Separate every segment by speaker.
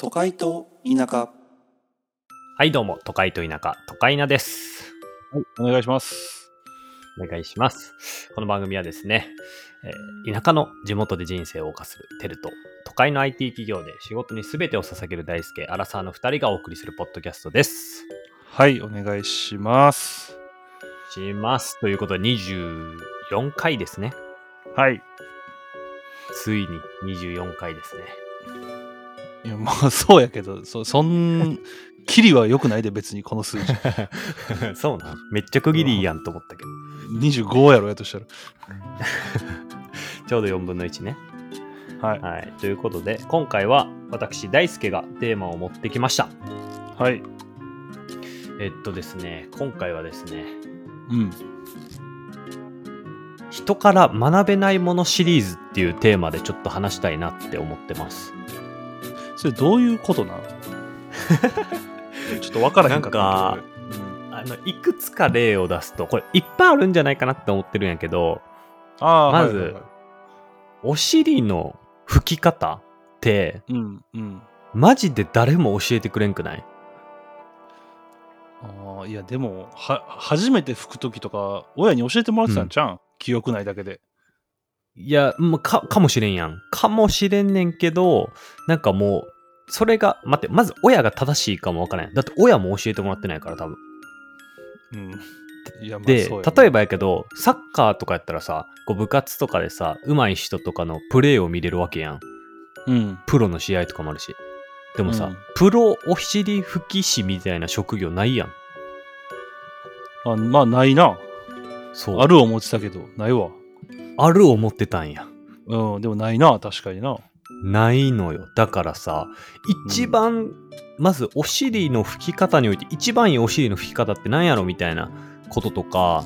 Speaker 1: 都会と田舎
Speaker 2: はい、どうも、都会と田舎、都会なです。
Speaker 3: はい、お願いします。
Speaker 2: お願いします。この番組はですね、えー田舎の地元で人生を謳歌するテルと、都会の IT 企業で仕事に全てを捧げる大輔、アラサーの2人がお送りするポッドキャストです。
Speaker 3: はい、お願いします。
Speaker 2: します。ということで、24回ですね。
Speaker 3: はい。
Speaker 2: ついに24回ですね。
Speaker 3: いや、まあ、 そうやけど、そ、そん、キリは良くないで、別にこの数 字。
Speaker 2: そうなんめっちゃ区切りいいやんと思ったけど。
Speaker 3: 25やろ、やとしたら。
Speaker 2: ちょうど4分の1ね。
Speaker 3: はい。
Speaker 2: はい。ということで、今回は私、大輔がテーマを持ってきました。
Speaker 3: はい。
Speaker 2: えっとですね、今回はですね、
Speaker 3: うん。
Speaker 2: 人から学べないものシリーズっていうテーマでちょっと話したいなって思ってます。
Speaker 3: それ、どういうことなん ちょっとわからへんかったんやけど。俺うん
Speaker 2: あの、いくつか例を出すと、これいっぱいあるんじゃないかなって思ってるんやけど、
Speaker 3: ああ、
Speaker 2: まず
Speaker 3: はいはいはい
Speaker 2: お尻の拭き方って、
Speaker 3: うん、うん。
Speaker 2: マジで誰も教えてくれんくない
Speaker 3: ああ、いや、でも、は、初めて吹くときとか、親に教えてもらってたんじゃん、記憶ないだけで。
Speaker 2: いや、まあ、か、かもしれんやん。かもしれんねんけど、なんかもう、それが、待って、まず親が正しいかもわからない。だって親も教えてもらってないから、多分。
Speaker 3: うん。いや、まあ、
Speaker 2: で、
Speaker 3: そうや
Speaker 2: 例えばやけど、サッカーとかやったらさ、こう部活とかでさ、上手い人とかのプレーを見れるわけやん。
Speaker 3: うん。
Speaker 2: プロの試合とかもあるし。でもさ、
Speaker 3: うん
Speaker 2: プロお尻拭き師みたいな職業ないやん。
Speaker 3: あまあ、ないな。
Speaker 2: そう。
Speaker 3: ある思ってたけど、ないわ。
Speaker 2: ある思ってたんや。
Speaker 3: うん、でもないな、確かにな。
Speaker 2: ないのよ。だからさ、一番、まずお尻の拭き方において、一番いいお尻の拭き方って何やろみたいなこととか、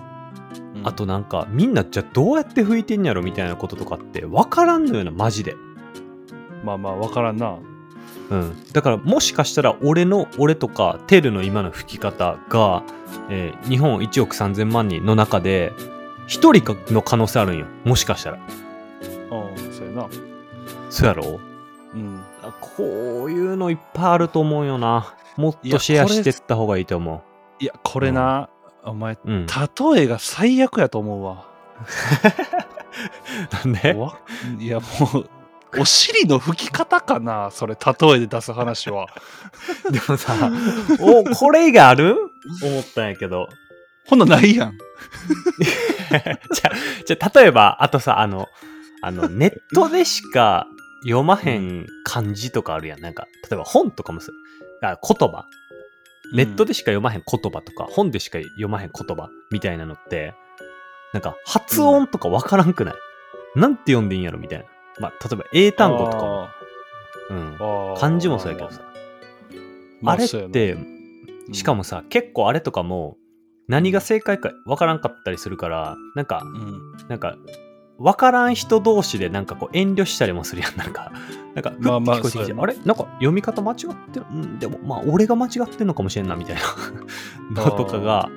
Speaker 3: うん
Speaker 2: あとなんか、みんなじゃあどうやって拭いてんやろみたいなこととかって、わからんのよな、マジで。
Speaker 3: まあまあ、わからんな。
Speaker 2: うん、だからもしかしたら俺の俺とかテルの今の吹き方が、えー日本1億3000万人の中で1人かの可能性あるんよもしかしたら
Speaker 3: うん、そうやな。
Speaker 2: そうやろ
Speaker 3: うん。
Speaker 2: あこういうのいっぱいあると思うよなもっ
Speaker 3: い
Speaker 2: と
Speaker 3: や
Speaker 2: シェア
Speaker 3: これ
Speaker 2: してった方がいいと思
Speaker 3: いや、これな、お前、
Speaker 2: ううん
Speaker 3: 例えが最悪やと思うわ。
Speaker 2: なんで
Speaker 3: わいや、もう、お尻の拭き方かな、それ、例えで出す 話は。
Speaker 2: でもさおこれ以外ある思ったんやけど
Speaker 3: ほんなんないやん。
Speaker 2: じゃあ例えばあとさあのあのネットでしか読まへん漢字とかあるやんなんか例えば本とかもさあ言葉ネットでしか読まへん言葉とか、本でしか読まへん言葉みたいなのって、なんか発音とかわからんくない、なんて読んでいいんやろみたいな。まあ、例えば英単語とかも、うん、
Speaker 3: か
Speaker 2: 漢字もそうやけどさ。あれって、しか、もさ、結構あれとかも、何が正解かわからんかったりするから、なんか、
Speaker 3: まあそうやなうん
Speaker 2: なんか、わからん人同士でなんかこう遠慮したりもするやん。なんか、なんか、ふって
Speaker 3: まあまあ
Speaker 2: 聞こえてきて、
Speaker 3: そうや
Speaker 2: あ
Speaker 3: な
Speaker 2: れなんか読み方間違ってるうん、でもまあ俺が間違ってんのかもしれんな、みたいな
Speaker 3: あ
Speaker 2: の
Speaker 3: ー
Speaker 2: とかが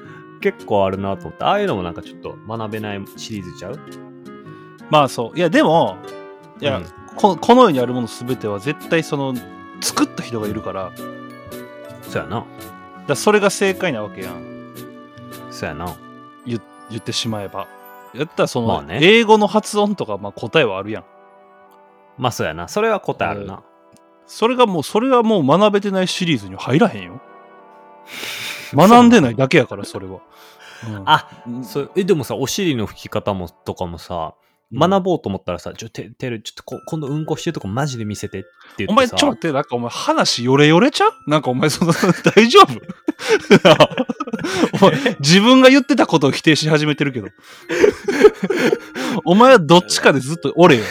Speaker 2: 結構あるなと思って、ああいうのもなんかちょっと学べないシリーズちゃう
Speaker 3: まあそう。いや、でも、いや、
Speaker 2: うん
Speaker 3: ここの世にあるもの全ては絶対その作った人がいるからだか
Speaker 2: そうやな。
Speaker 3: らそれが正解なわけやん
Speaker 2: そうやな。
Speaker 3: 言言ってしまえばやったらその、
Speaker 2: まあね
Speaker 3: 英語の発音とか、まあ、答えはあるやん
Speaker 2: まあそうやな。それは答えあるな。
Speaker 3: それがもうそれはもう学べてないシリーズに入らへ んよ学んでないだけやからそれは、うん
Speaker 2: あ、
Speaker 3: うん
Speaker 2: そう、え、でもさ、お尻の拭き方も、とかもさ、
Speaker 3: うん
Speaker 2: 学ぼうと思ったらさ、ちょ、て、てる、ちょっとこ今度うんこしてるとこマジで見せてって言ってさ。
Speaker 3: お前ちょっと待ってなんかお前話よれよれちゃうなんかお前その 大丈 夫お前自分が言ってたことを否定し始めてる けどお前はどっちかでずっとおれよ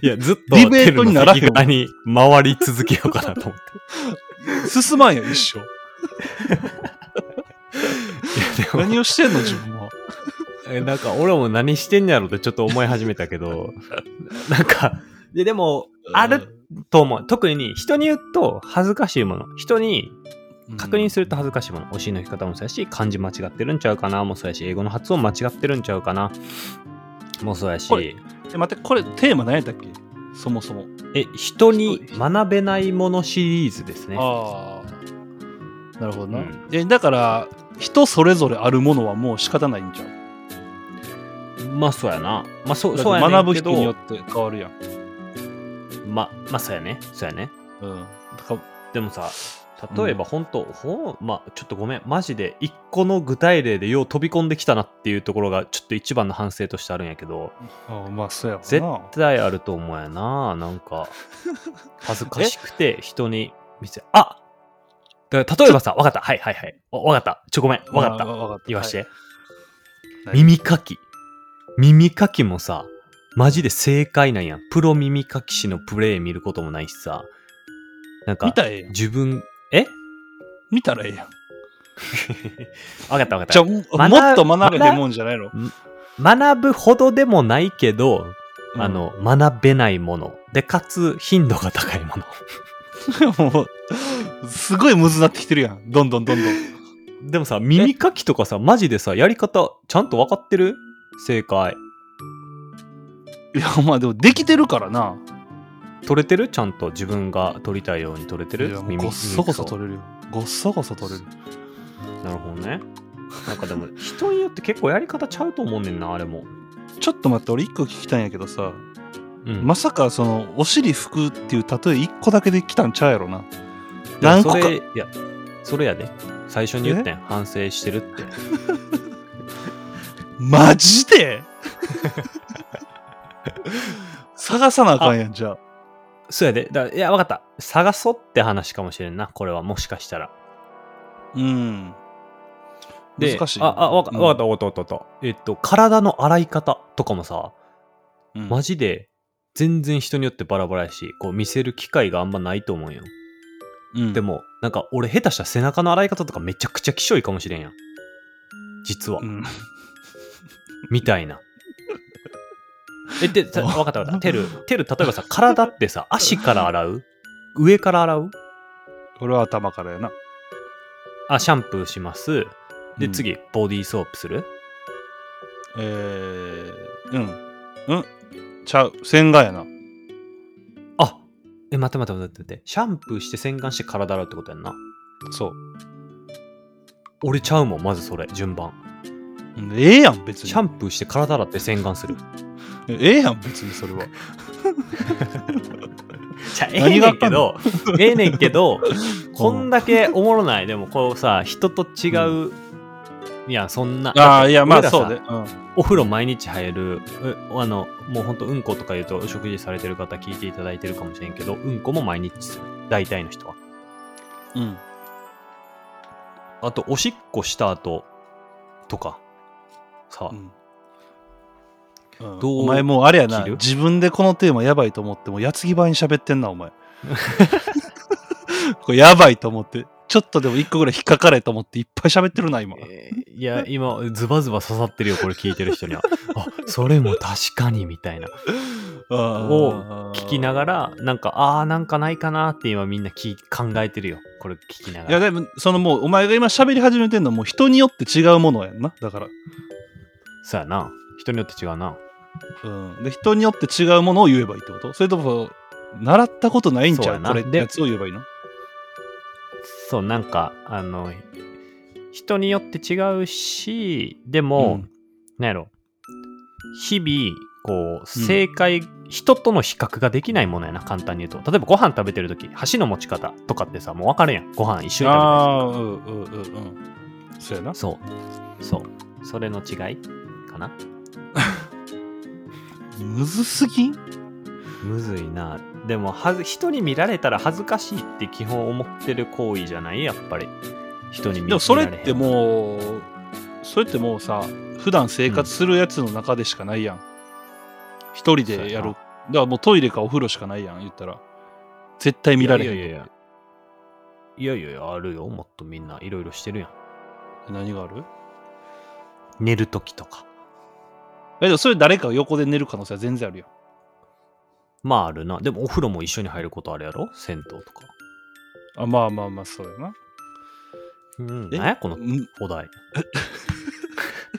Speaker 2: いや、ずっと
Speaker 3: ディベートにならへん
Speaker 2: テルの先側に回り続けようかなと思っ
Speaker 3: 進まんよ一生
Speaker 2: て。いやでも
Speaker 3: 何をしてんの自分は
Speaker 2: えなんか俺も何してんやろってちょっと思い始めたけ ど、なんか、ででも、あると思う。特に人に言うと恥ずかしいもの。人に確認すると恥ずかしいもの。お尻の引き方もそうやし、漢字間違ってるんちゃうかなもそうやし、英語の発音間違ってるんちゃうかなもそうやし
Speaker 3: こ、れえ待ってこれテーマ何やったっけそもそも。
Speaker 2: え、人に学べないものシリーズですね。
Speaker 3: ああ。なるほどな。
Speaker 2: うん
Speaker 3: えだから、人それぞれあるものはもう仕方ないんじゃん。
Speaker 2: まあ、そうやな。まあ、そう、
Speaker 3: だ
Speaker 2: そう
Speaker 3: っ
Speaker 2: や
Speaker 3: て
Speaker 2: ねんけど。
Speaker 3: 学ぶ人によって変わるやん。
Speaker 2: ま、まあ、そうやね。そうやね。
Speaker 3: うん。だから
Speaker 2: でもさ、例えば本当、ほんまあ、ちょっとごめん、マジで一個の具体例でよう飛び込んできたなっていうところが、ちょっと一番の反省としてあるんやけど、
Speaker 3: ああまあ、そうや
Speaker 2: 絶
Speaker 3: わな。
Speaker 2: 対あると思うやな、なん か、恥ずかしくて人に見せ、あだから例えばさ、わかった、はいはいはい、おわかった、ちょ、ごめん、わかった、
Speaker 3: まあわかった
Speaker 2: 言わして、
Speaker 3: はい
Speaker 2: 耳かき。耳かきもさ、マジで正解なんやん。プロ耳かき師のプレイ見ることもないしさ、なんか
Speaker 3: 見、たらええやん。
Speaker 2: 自分、え
Speaker 3: 見たらええやん。
Speaker 2: わかったわ
Speaker 3: じ
Speaker 2: か
Speaker 3: ゃあ、
Speaker 2: っ
Speaker 3: もっ
Speaker 2: 学
Speaker 3: と学べてもんじゃないの
Speaker 2: た。学ぶほどでもないけど、
Speaker 3: うん
Speaker 2: あの、学べないもの。で、かつ、頻度が高いもの。
Speaker 3: もう、すごいむずなってきてるやん。どんどんど んど ん。
Speaker 2: でもさ、耳かきとかさ、マジでさ、やり方、ちゃんと分かってる正解。
Speaker 3: いや、まあでも、できてるからな。
Speaker 2: 取れてるちゃんと自分が取りたいように取れて
Speaker 3: い
Speaker 2: る
Speaker 3: やもうごっそごそ取
Speaker 2: れ
Speaker 3: れるよ。ごっそごそ取れる。
Speaker 2: る。なるほどね。なんかでも、人によって結構やり方ちゃうと思うねんな、あれも。
Speaker 3: ちょっと待って、俺一個聞きたいんやけどさ、
Speaker 2: うん。
Speaker 3: まさかその、お尻拭くっていう例え一個だけで来たんちゃうやろな。何個か
Speaker 2: いやそれ、いや、それやで。最初に言ってん。反省してるって。
Speaker 3: マジ で探さなあかんやん、じゃあ。
Speaker 2: そうやで。だいや、わかった。探そうって話かもしれんな。これは、もしかしたら。
Speaker 3: うん。
Speaker 2: で、
Speaker 3: 難しい。
Speaker 2: あ、あ、わかわかった、わかった、わかったわかった。えっと、体の洗い方とかもさ、
Speaker 3: うん。うん
Speaker 2: マジで、全然人によってバラバラやし、こう見せる機会があんまないと思うよ。
Speaker 3: うん
Speaker 2: でも、なんか俺下手したら背中の洗い方とかめちゃくちゃきしょいかもしれんやん。実は
Speaker 3: う。ん
Speaker 2: みたい な。え、で、さわかったわかった。テ ル、テル、例えばさ、体ってさ、足から洗う上から洗う
Speaker 3: 俺は頭からやな。
Speaker 2: あ、シャンプーします。で、
Speaker 3: うん。
Speaker 2: 次、ボディーソープする
Speaker 3: えー、うん。うん。ちゃう。洗顔やな。
Speaker 2: あえ、待って待って待って待って。シャンプーして洗顔して体洗うってことやんな。
Speaker 3: そう。
Speaker 2: 俺ちゃうもん、まずそれ、順番。
Speaker 3: うんええやん、別に
Speaker 2: シ。ャンプーして体洗って洗顔する。
Speaker 3: ええやん、別にそれは。
Speaker 2: じゃあ、ええ
Speaker 3: 何が
Speaker 2: ね
Speaker 3: あ
Speaker 2: ん
Speaker 3: っ
Speaker 2: け
Speaker 3: た
Speaker 2: ど、ええねんけど、 こんだけおもろない。でも、こうさ、人と違う。いや、そんな。
Speaker 3: ああ、いや、まあ
Speaker 2: 俺らさ
Speaker 3: そうで。うん。
Speaker 2: お風呂毎日入る、えあの、もうほんとうんことか言うと、お食事されてる方聞いていただいてるかもしれんけど、うんこも毎日する。大体の人は。
Speaker 3: うん。
Speaker 2: あと、おしっこした後とか、さ、
Speaker 3: うん
Speaker 2: どう
Speaker 3: お前もうあれやな
Speaker 2: 切る
Speaker 3: 自分でこのテーマやばいと思っても矢継ぎ早に喋ってんなお前 これやばいと思ってちょっとでも一個ぐらい引っかかれと思っていっぱい喋ってるな今
Speaker 2: えーいや、今、ズバズバ刺さってるよ、これ聞いてる人には。あ、それも確かに、みたいな。を聞きなが
Speaker 3: ら
Speaker 2: ら、なんか、あー、なんかないかなって今みんな聞い考えてるよ。これ聞きないが
Speaker 3: や
Speaker 2: ら。
Speaker 3: でもそのもうお前が今喋り始めてんのもう人によって違うものやんなだから、
Speaker 2: そうやな。人によって違うな。
Speaker 3: うん、で人によって違うものを言えばいいってことそれとも習ったことないん
Speaker 2: そ
Speaker 3: ち
Speaker 2: う
Speaker 3: ゃ
Speaker 2: や
Speaker 3: う
Speaker 2: な
Speaker 3: これって
Speaker 2: で
Speaker 3: やつを言えばいいの
Speaker 2: そう、なんか、あの、人によって違うし、でも、なんやろ。日々、こう、正解、人との比較ができないものやな、簡単に言うと。例えば、ご飯食べてるとき、箸の持ち方とかってさ、もう分かるやん。ご飯一緒に食べてる
Speaker 3: ああーうんうんうんうんそうやな
Speaker 2: そう。そう。それの違いかな。
Speaker 3: むずすぎん
Speaker 2: むずいな。でもはず、人に見られたら恥ずかしいって基本思ってる行為じゃないやっぱり。人に見
Speaker 3: でもそれって
Speaker 2: う。
Speaker 3: もうそれってもうさ普段生活するやつの中でしかないやん、一人でや
Speaker 2: そうやな
Speaker 3: るだからもうトイレかお風呂しかないやん言ったら絶対見られへん
Speaker 2: いやいやいやいやいやいや、あるよ。もっとみんないろいろしてるやん。
Speaker 3: 何がある
Speaker 2: 寝るときとか。
Speaker 3: えでもそれ誰かが横で寝る可能性は全然あるやん
Speaker 2: まああるな。でもお風呂も一緒に入ることあるやろ銭湯とか。
Speaker 3: あまあまあまあそうやな
Speaker 2: うん。
Speaker 3: え
Speaker 2: 何やこの
Speaker 3: うんい
Speaker 2: お 題。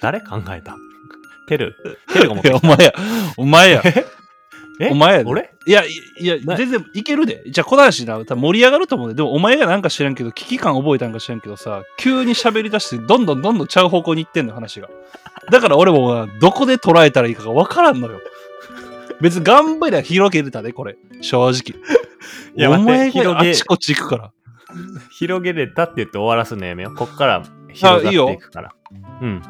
Speaker 2: 誰考えたペル。ペルが持って
Speaker 3: や
Speaker 2: き
Speaker 3: お前やお前や
Speaker 2: た。ええ
Speaker 3: お前やで
Speaker 2: 俺
Speaker 3: いや、いいや、
Speaker 2: ない
Speaker 3: 全然いけるで。じゃあ、小林な、多分盛り上がると思うで。でも、お前がなんか知らんけど、危機感覚えたんか知らんけどさ、急に喋り出して、どんどんどんどんちゃう方向に行ってんのよ、話が。だから俺もな、どこで捉えたらいいかがわからんのよ。別に頑張りゃ広げれたで、これ。正直。
Speaker 2: いや
Speaker 3: お前
Speaker 2: 待って
Speaker 3: が
Speaker 2: 広げ
Speaker 3: あちこち行くから。
Speaker 2: 広げれたって言って終わらすのやめよう。こっから広がっていくから。うん。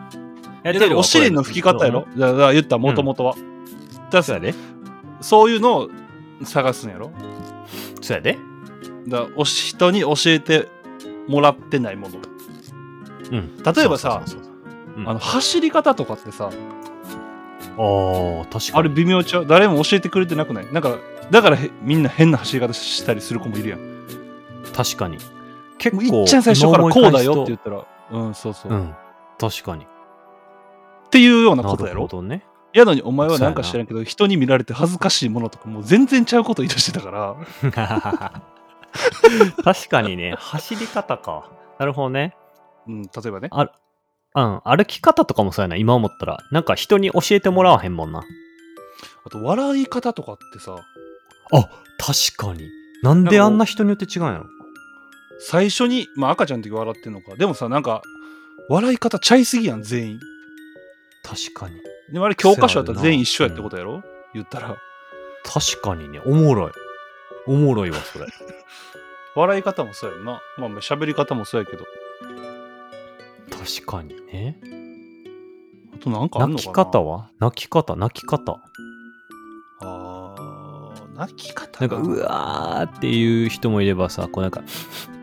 Speaker 2: や
Speaker 3: いやお尻の拭き方やろ。だから言った、もともとは。だ
Speaker 2: そう
Speaker 3: か
Speaker 2: や
Speaker 3: ら
Speaker 2: で。
Speaker 3: そういうのを探すんやろ。
Speaker 2: そうやで。
Speaker 3: だからおし人に教えてもらってないもの。
Speaker 2: うん。
Speaker 3: 例えばさ
Speaker 2: そうそうそうそう、うん
Speaker 3: あの走り方とかってさ、
Speaker 2: あー、確か
Speaker 3: あれ
Speaker 2: に。
Speaker 3: 微妙ちゃう誰も教えてくれてなくないなんかだからへみんな変な走り方したりする子もいるやん。
Speaker 2: 確かに。結
Speaker 3: もう
Speaker 2: 構、
Speaker 3: いっちゃん最初からこうだよって言
Speaker 2: う
Speaker 3: っ。たら、うん、そうそう、
Speaker 2: う
Speaker 3: っ
Speaker 2: ん。確かに。
Speaker 3: ていうような
Speaker 2: な
Speaker 3: ことや
Speaker 2: るほ
Speaker 3: ろ
Speaker 2: ど ね。
Speaker 3: やのにお前はなんか知らんけど、人に見られて恥ずかしいものとかもう全然ちゃうこと言い出してたから、
Speaker 2: 確かにね、走り方か。なるほどね。
Speaker 3: うん、例えばね。
Speaker 2: あるうん、歩き方とかもそうやな、今思ったら。なんか人に教えてもらわへんもんな。
Speaker 3: あと笑い方とかってさ、
Speaker 2: あ、確かに。なんであんな人によって違うんやろ。
Speaker 3: 最初に、まあ赤ちゃんの時笑ってんのか。でもさ、なんか、笑い方ちゃいすぎやん、全員。
Speaker 2: 確かに。
Speaker 3: でもあれ教科書やったら
Speaker 2: そうやな
Speaker 3: 全員一緒やってことやろ、言ったら。
Speaker 2: 確かにね、おもろい。おもろいわ、 それ。
Speaker 3: 笑い方もそうやんな。まあまあ喋り方もそうやけど。
Speaker 2: 確かにね。
Speaker 3: あとなんかあん
Speaker 2: 泣
Speaker 3: の
Speaker 2: き
Speaker 3: かな
Speaker 2: 方は泣き方、泣き方。
Speaker 3: あー泣き方
Speaker 2: なんか、うわーっていう人もいればさ、こうなんか、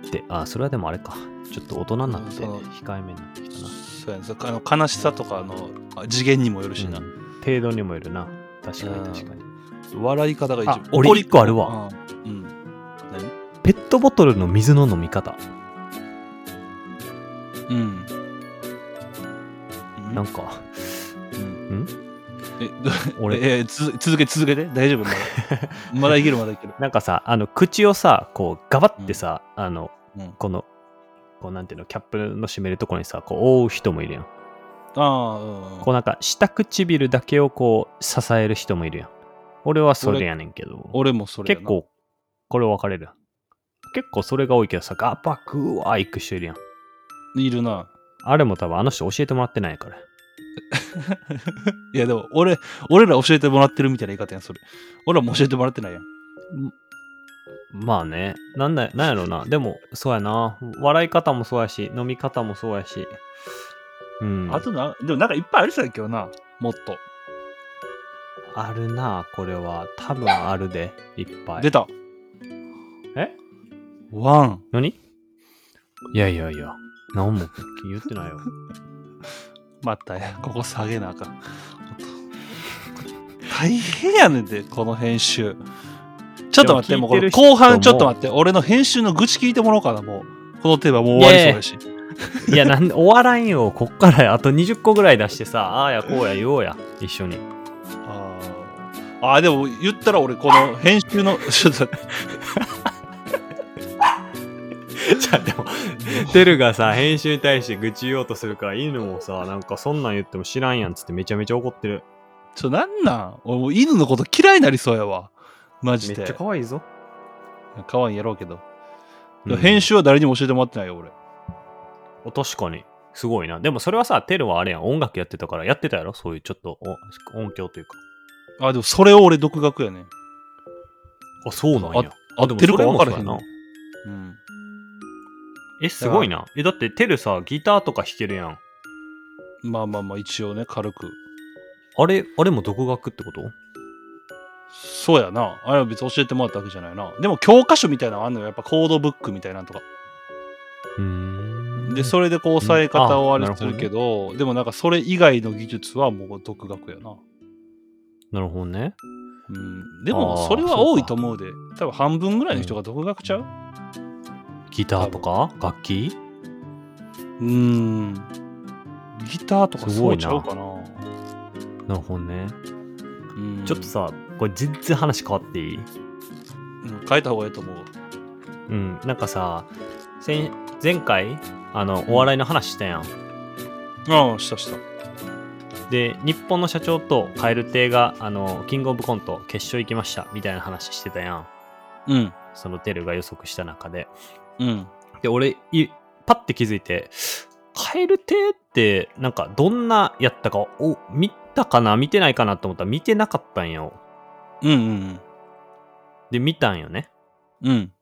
Speaker 2: って、あ、それはでもあれか。ちょっと大人になって、
Speaker 3: その
Speaker 2: 控えめになってきたな。
Speaker 3: そうやねそうあの悲しさとかのあ次元にもよるしな、
Speaker 2: うん程度にもよるな確かに確かに
Speaker 3: 笑い方が一
Speaker 2: あ
Speaker 3: 番
Speaker 2: 俺
Speaker 3: 怒り
Speaker 2: 一個あるわ
Speaker 3: うん、うん
Speaker 2: ペットボトルの水の飲み方
Speaker 3: うんう
Speaker 2: なん
Speaker 3: ん
Speaker 2: か
Speaker 3: うん
Speaker 2: ん
Speaker 3: えど
Speaker 2: 俺
Speaker 3: えーつ続け続けて 大丈夫まだまだいけるまだいける
Speaker 2: なんかさあの口をさこうガバってさ、あの、
Speaker 3: うん
Speaker 2: このこうなんていうのキャップの閉めるところにさこう覆う人もいるやん
Speaker 3: ああうん
Speaker 2: こうなんか下唇だけをこう支える人もいるやん俺はそれやねんけど
Speaker 3: 俺もそれや
Speaker 2: 結
Speaker 3: な
Speaker 2: 構これ分かれる結構それが多いけどさガバクーワー行く人いるやん
Speaker 3: いるな
Speaker 2: あれも多分あの人教えてもらってないから
Speaker 3: いやでも俺俺ら教えてもらってるみたいな言い方やんそれ俺らも教えてもらってないやん
Speaker 2: まあね。なんだ、なんやろな。でも、そうやな。笑い方もそうやし、飲み方もそうやし。うん。
Speaker 3: あとな、でもなんかいっぱいありそうやけどな、もっと。
Speaker 2: あるな、これは。多分あるで、いっぱい。
Speaker 3: 出た。
Speaker 2: え
Speaker 3: ワン。
Speaker 2: 何いやいやいや。何も言ってないよ。
Speaker 3: また や、ここ下げなあかん。 大変やねんで、この編集。ちょっと待って、
Speaker 2: で
Speaker 3: も
Speaker 2: も
Speaker 3: うこ
Speaker 2: 聞いて
Speaker 3: れ
Speaker 2: る
Speaker 3: 後半ち
Speaker 2: 人
Speaker 3: ょ
Speaker 2: も
Speaker 3: っと待って、俺の編集の愚痴聞いてもらおうかな、もう。このテーマもう終わりそうやし。
Speaker 2: いや、なんで、終わらんよ。こっからあと20個ぐらい出してさ、ああやこうや言おうや。一緒に。
Speaker 3: あーあー、でも言ったら俺この編集の、 ちょっと待って
Speaker 2: じゃあ、でも、テルがさ、編集に対して愚痴言おうとするから、犬もさ、なんかそんなん言っても知らんやんつってめちゃめちゃ怒ってる。
Speaker 3: ちょ、なんなん俺もう犬のこと嫌いになりそうやわ。マジ
Speaker 2: めっ
Speaker 3: で。
Speaker 2: ちゃ可愛いぞ。
Speaker 3: 可愛いんやろうけど。で
Speaker 2: う
Speaker 3: も
Speaker 2: ん
Speaker 3: 編集は誰にも教えてもらってないよ、俺。
Speaker 2: あ確かに。すごいな。でもそれはさ、テルはあれやん。音楽やってたからやってたやろそういうちょっとお音響というか。
Speaker 3: あ、でもそれを俺独学やね。
Speaker 2: あ、そうなんや。
Speaker 3: 合
Speaker 2: で
Speaker 3: っ
Speaker 2: も
Speaker 3: てる
Speaker 2: そ
Speaker 3: か
Speaker 2: れ
Speaker 3: 分
Speaker 2: も
Speaker 3: からへ
Speaker 2: そうんや
Speaker 3: の
Speaker 2: な。。
Speaker 3: うん。
Speaker 2: え、すごいな。え、だってテルさ、ギターとか弾けるやん。
Speaker 3: まあまあまあ、一応ね、軽く。
Speaker 2: あれ、あれも独学ってこと
Speaker 3: そうやな。あれは別に教えてもらったわけじゃないな。でも教科書みたいなのあんのよ。やっぱコードブックみたいなのとか。
Speaker 2: うーん。
Speaker 3: で、それでこう押さえ方をあ
Speaker 2: うんあ
Speaker 3: れするけど、でもなんかそれ以外の技術はもう独学やな。
Speaker 2: なるほどね。
Speaker 3: うん。でも
Speaker 2: あー
Speaker 3: それは
Speaker 2: そうか
Speaker 3: 多いと思うで。多分半分ぐらいの人が独学ちゃう
Speaker 2: ギターとか楽器
Speaker 3: うん。ギターとか
Speaker 2: す
Speaker 3: そ
Speaker 2: ご
Speaker 3: う
Speaker 2: いな
Speaker 3: ちゃうかな。
Speaker 2: なるほどね。
Speaker 3: うん
Speaker 2: ちょっと、さ、これ全然話変わっていい
Speaker 3: うん変えた方がいいと思う。
Speaker 2: うん。なんかさ、先前回、あの、お笑いの話したやん。
Speaker 3: ああ、したした。
Speaker 2: で日本の社長と蛙亭があのキングオブコント決勝行きましたみたいな話してたやん
Speaker 3: うん。
Speaker 2: そのテルが予測した中で
Speaker 3: うん。
Speaker 2: で俺いパッて気づいて蛙亭ってなんかどんなやったかお見たかな見てないかなと思ったら見てなかったんよ
Speaker 3: うんうん
Speaker 2: で見たんよね
Speaker 3: うん。うん。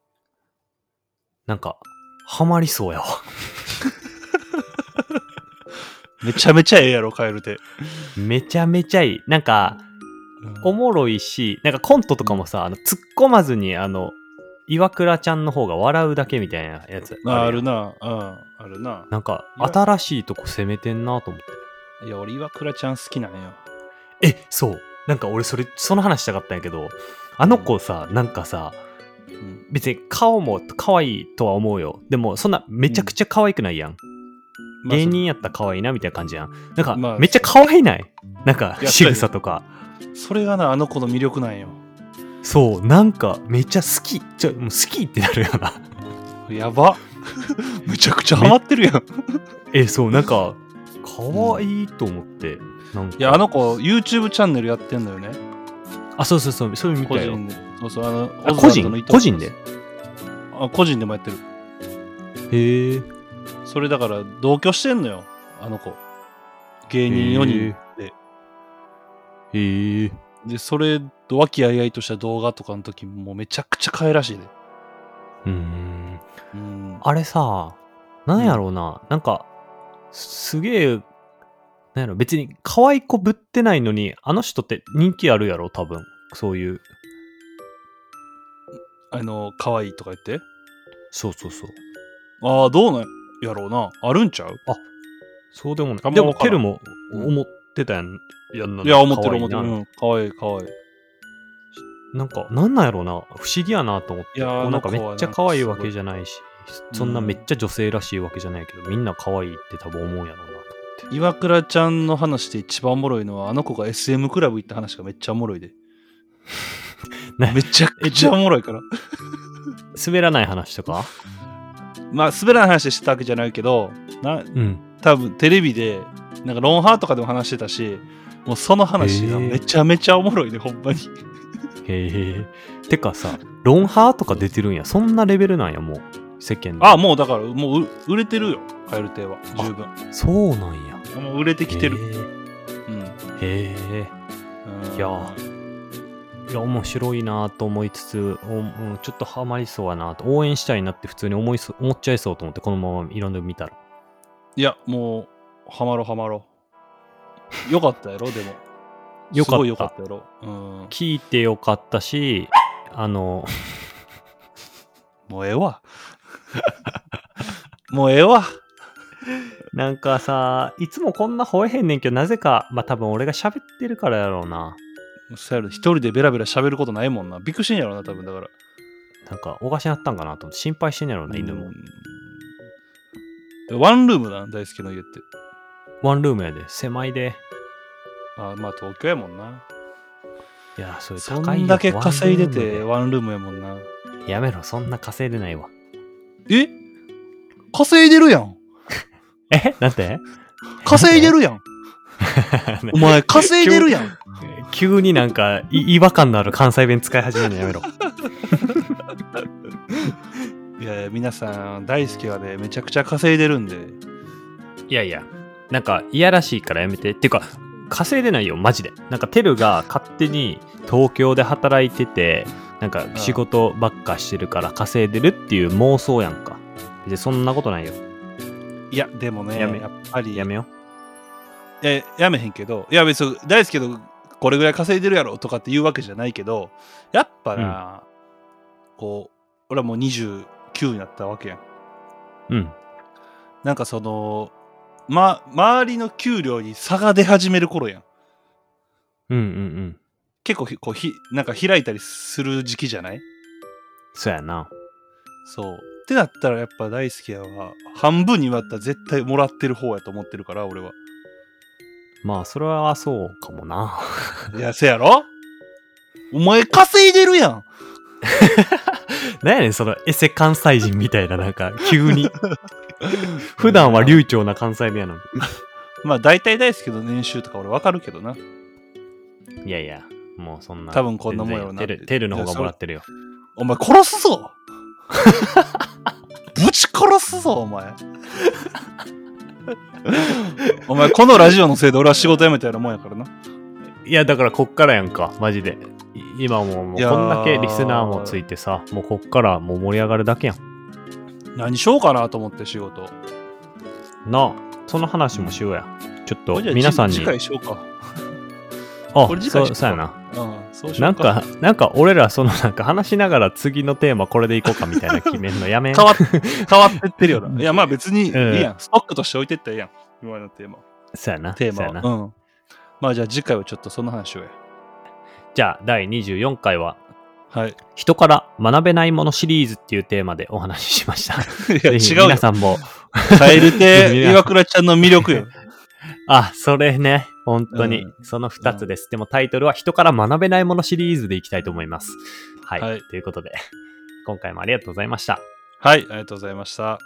Speaker 2: なんかハマりそうやわ
Speaker 3: めちゃめちゃええやろ、カエルて。
Speaker 2: めちゃめちゃいいなんかお
Speaker 3: うん
Speaker 2: もろいし、なんかコントとかもさ、あの突っ込まずに、あの、イワクラちゃんの方が笑うだけみたいなやつ
Speaker 3: ああ
Speaker 2: やん
Speaker 3: るな。うん。あるな。
Speaker 2: なんか、
Speaker 3: いや
Speaker 2: 新しいとこ攻めてんなと思って。
Speaker 3: いや、俺、岩倉ちゃん好きなんよ。
Speaker 2: え、そう。なんか俺、それ、その話したかったんやけど、あの子さ、なんかさ、
Speaker 3: うん。
Speaker 2: 別に顔も可愛いとは思うよ。でも、そんな、めちゃくちゃ可愛くないやん。
Speaker 3: まあ
Speaker 2: 芸人やったら可愛いなみたいな感じやん。なんか、
Speaker 3: まあ
Speaker 2: めっちゃ可愛いないなんか、
Speaker 3: いや
Speaker 2: 仕草とか。
Speaker 3: そそれがな、あの子の魅力なんよ。
Speaker 2: そう、なんか、めっちゃ好き。ちょ、もう好きってなるよな。
Speaker 3: やば。 めちゃくちゃハマってるやん。
Speaker 2: えそうなんか可愛いと思って、なんか
Speaker 3: いや、あの子、YouTube チャンネルやってんのよね。
Speaker 2: あそうそうそうそういうみ
Speaker 3: 個
Speaker 2: たいよ
Speaker 3: 人で。そうそう、あ
Speaker 2: あ
Speaker 3: の、
Speaker 2: 個
Speaker 3: オズワルドの伊
Speaker 2: 人
Speaker 3: 藤
Speaker 2: 個人で
Speaker 3: あ個人でもやってる。
Speaker 2: へえ
Speaker 3: それだから、同居してんのよ、あの子。芸人4人で。
Speaker 2: へえ
Speaker 3: で、それ、和気あいあいとした動画とかの時もうめちゃくちゃ可愛らしいで。
Speaker 2: うーん
Speaker 3: うん。
Speaker 2: あれさなんやろうな、なんかすげえなんやろ別に可愛い子ぶってないのにあの人って人気あるやろ多分そういう
Speaker 3: あの、可愛いとか言って。
Speaker 2: そうそうそう
Speaker 3: ああ、どうなんやろうな。あるんちゃう
Speaker 2: そうでもな
Speaker 3: あん
Speaker 2: い
Speaker 3: ま
Speaker 2: でも
Speaker 3: わから
Speaker 2: ケ
Speaker 3: ん
Speaker 2: ルも
Speaker 3: うん
Speaker 2: 思ってたやんやんない
Speaker 3: や、思って
Speaker 2: 可愛
Speaker 3: る思
Speaker 2: い
Speaker 3: って
Speaker 2: な
Speaker 3: る。うん、可愛い可愛い。
Speaker 2: なんか、なんなんやろうな、不思議やなと思って。
Speaker 3: いやー
Speaker 2: こうなんか
Speaker 3: あ
Speaker 2: め
Speaker 3: の
Speaker 2: っ
Speaker 3: 子は
Speaker 2: ちゃ可愛いわけじゃないし、
Speaker 3: い
Speaker 2: そんな
Speaker 3: うん
Speaker 2: めっちゃ女性らしいわけじゃないけど、みんな可愛いって多分思うんやろうなと。。
Speaker 3: 岩倉ちゃんの話で一番おもろいのは、あの子が SM クラブ行った話がめっちゃおもろいで
Speaker 2: ね
Speaker 3: めちゃくちゃおもろいから。
Speaker 2: 滑らない話とか
Speaker 3: まあ、滑らない話してたわけじゃないけど、な
Speaker 2: うん。
Speaker 3: 多分テレビで、なんかロンハーとかでも話してたし、もうその話が
Speaker 2: へえ
Speaker 3: めちゃめちゃおもろいで、ほんまに。
Speaker 2: へえ。てかさ、ロンハーとか出てるんや。そんなレベルなんや、もう。世間で。
Speaker 3: あ、もうだから、もうう売れてるよ、カエル亭は。十分。
Speaker 2: そうなんや。
Speaker 3: もう売れてきてる。
Speaker 2: る。
Speaker 3: うん。
Speaker 2: へえ。
Speaker 3: うん
Speaker 2: いやーいや、面白いなと思いつつ、おうんちょっとハマりそうやなと、応援したいなって普通に思いそう思っちゃいそうと思って、このままいろんなの見たら。
Speaker 3: いや、もう、ハマろハマろ。よかったやろ、でも。
Speaker 2: よかった
Speaker 3: すごいよかったやろ。うん。
Speaker 2: 聞いてよかったし、あの、
Speaker 3: もうええわ。 もうええわ。
Speaker 2: なんかさ、いつもこんな吠えへんねんけど、なぜか、まあ多分俺が喋ってるからやろうな。
Speaker 3: そうやろ一人でベラベラ喋ることないもんな。びっくりしてんやろな、多分だから。
Speaker 2: なんか、おかしなったんかなと思って心配してんやろうな、犬も。
Speaker 3: うん。ワンルームな、大好きの家って。
Speaker 2: ワンルームやで、狭いで。
Speaker 3: あまあ、東京やもんな。
Speaker 2: いや、それ
Speaker 3: そ
Speaker 2: 高い
Speaker 3: ん
Speaker 2: よ
Speaker 3: だけ稼いでて、
Speaker 2: ワンルーム
Speaker 3: ワンルームやもんな。
Speaker 2: でやめろ、そんな稼いでないわ。
Speaker 3: え稼いでるやん。
Speaker 2: えなんて
Speaker 3: 稼いでるやん。お前、稼いでるやん。
Speaker 2: 急になんかい違和感のある関西弁使い始めるのやめろ。
Speaker 3: いやいや皆さん大好きはねめちゃくちゃ稼いでるんで
Speaker 2: いやいや、なんか、いやらしいからやめて。っていうか、稼いでないよ、マジで。なんか、テルが勝手に東京で働いてて、なんか、仕事ばっかしてるから稼いでるっていう妄想やんか。で、そんなことないよ。
Speaker 3: いやでもね
Speaker 2: やめ
Speaker 3: っぱり
Speaker 2: やめよ
Speaker 3: えやめへんけどいや別に大好きやけどこれぐらい稼いでるやろとかって言うわけじゃないけどやっぱな、こう俺はもう29になったわけやん
Speaker 2: う。うん。
Speaker 3: なんかそのま周りの給料に差が出始める頃やん
Speaker 2: うんうんうん。
Speaker 3: 結構ひこうひなんか開いたりする時期じゃない
Speaker 2: そうやな。
Speaker 3: そうってなったらやっぱ大好きやは半分に割ったら絶対もらってる方やと思ってるから 俺は
Speaker 2: まあ、それはそうかもな。
Speaker 3: いや、せやろお前稼いでるやん。
Speaker 2: なんやねん、その、エセ関西 人みたいな、なんか、急に。普段は流暢な関西弁やのに。
Speaker 3: まあ大体大好きど年収とか俺わかるけどな。
Speaker 2: いやいや、もうそんな。
Speaker 3: 多分こんなもんやろな
Speaker 2: 全然テルテルの方がもらってるよ。
Speaker 3: お前殺すぞぶち殺すぞお前お前このラジオのせいで俺は仕事辞めたようなもんやからない
Speaker 2: や、だからこっからやんか、マジで。い今もう、もう
Speaker 3: いやー
Speaker 2: こんだけリスナーもついてさ、もうこっからもう盛り上がるだけやん。
Speaker 3: 何しようかなと思って仕事
Speaker 2: なあ、その話もしようや。ちょっと
Speaker 3: これじゃあ
Speaker 2: 皆さんに。
Speaker 3: 次回しようか
Speaker 2: あ
Speaker 3: これ、次
Speaker 2: そ
Speaker 3: 回しよう
Speaker 2: う、そうやな。
Speaker 3: うんそうしよ
Speaker 2: な
Speaker 3: うん
Speaker 2: か、なんか俺らそのなんか話しながら次のテーマこれでいこうかみたいな決めるのやめん。
Speaker 3: 変わっ 変わってってるよないやまあ別にいい
Speaker 2: うん
Speaker 3: やん、ストックとして置いてったらいいやん今のテーマ
Speaker 2: そうやな。
Speaker 3: テー
Speaker 2: そうや
Speaker 3: マ
Speaker 2: な。
Speaker 3: はうんまあじゃあ次回はちょっとその話しようや
Speaker 2: じゃあ、第24回は、
Speaker 3: はい
Speaker 2: 人から学べないものシリーズっていうテーマでお話ししました。
Speaker 3: いや
Speaker 2: ぜひ
Speaker 3: 違うよ
Speaker 2: 皆さんも、
Speaker 3: 蛙 亭
Speaker 2: 皆さん
Speaker 3: 岩倉ちゃんの魅力よ
Speaker 2: あ、それね、本当に、
Speaker 3: う
Speaker 2: その2つです。でもタイトルは、人から学べないものシリーズでいきたいと思います。はい。
Speaker 3: はい
Speaker 2: ということで、今回もありがとうございました。
Speaker 3: はいありがとうございました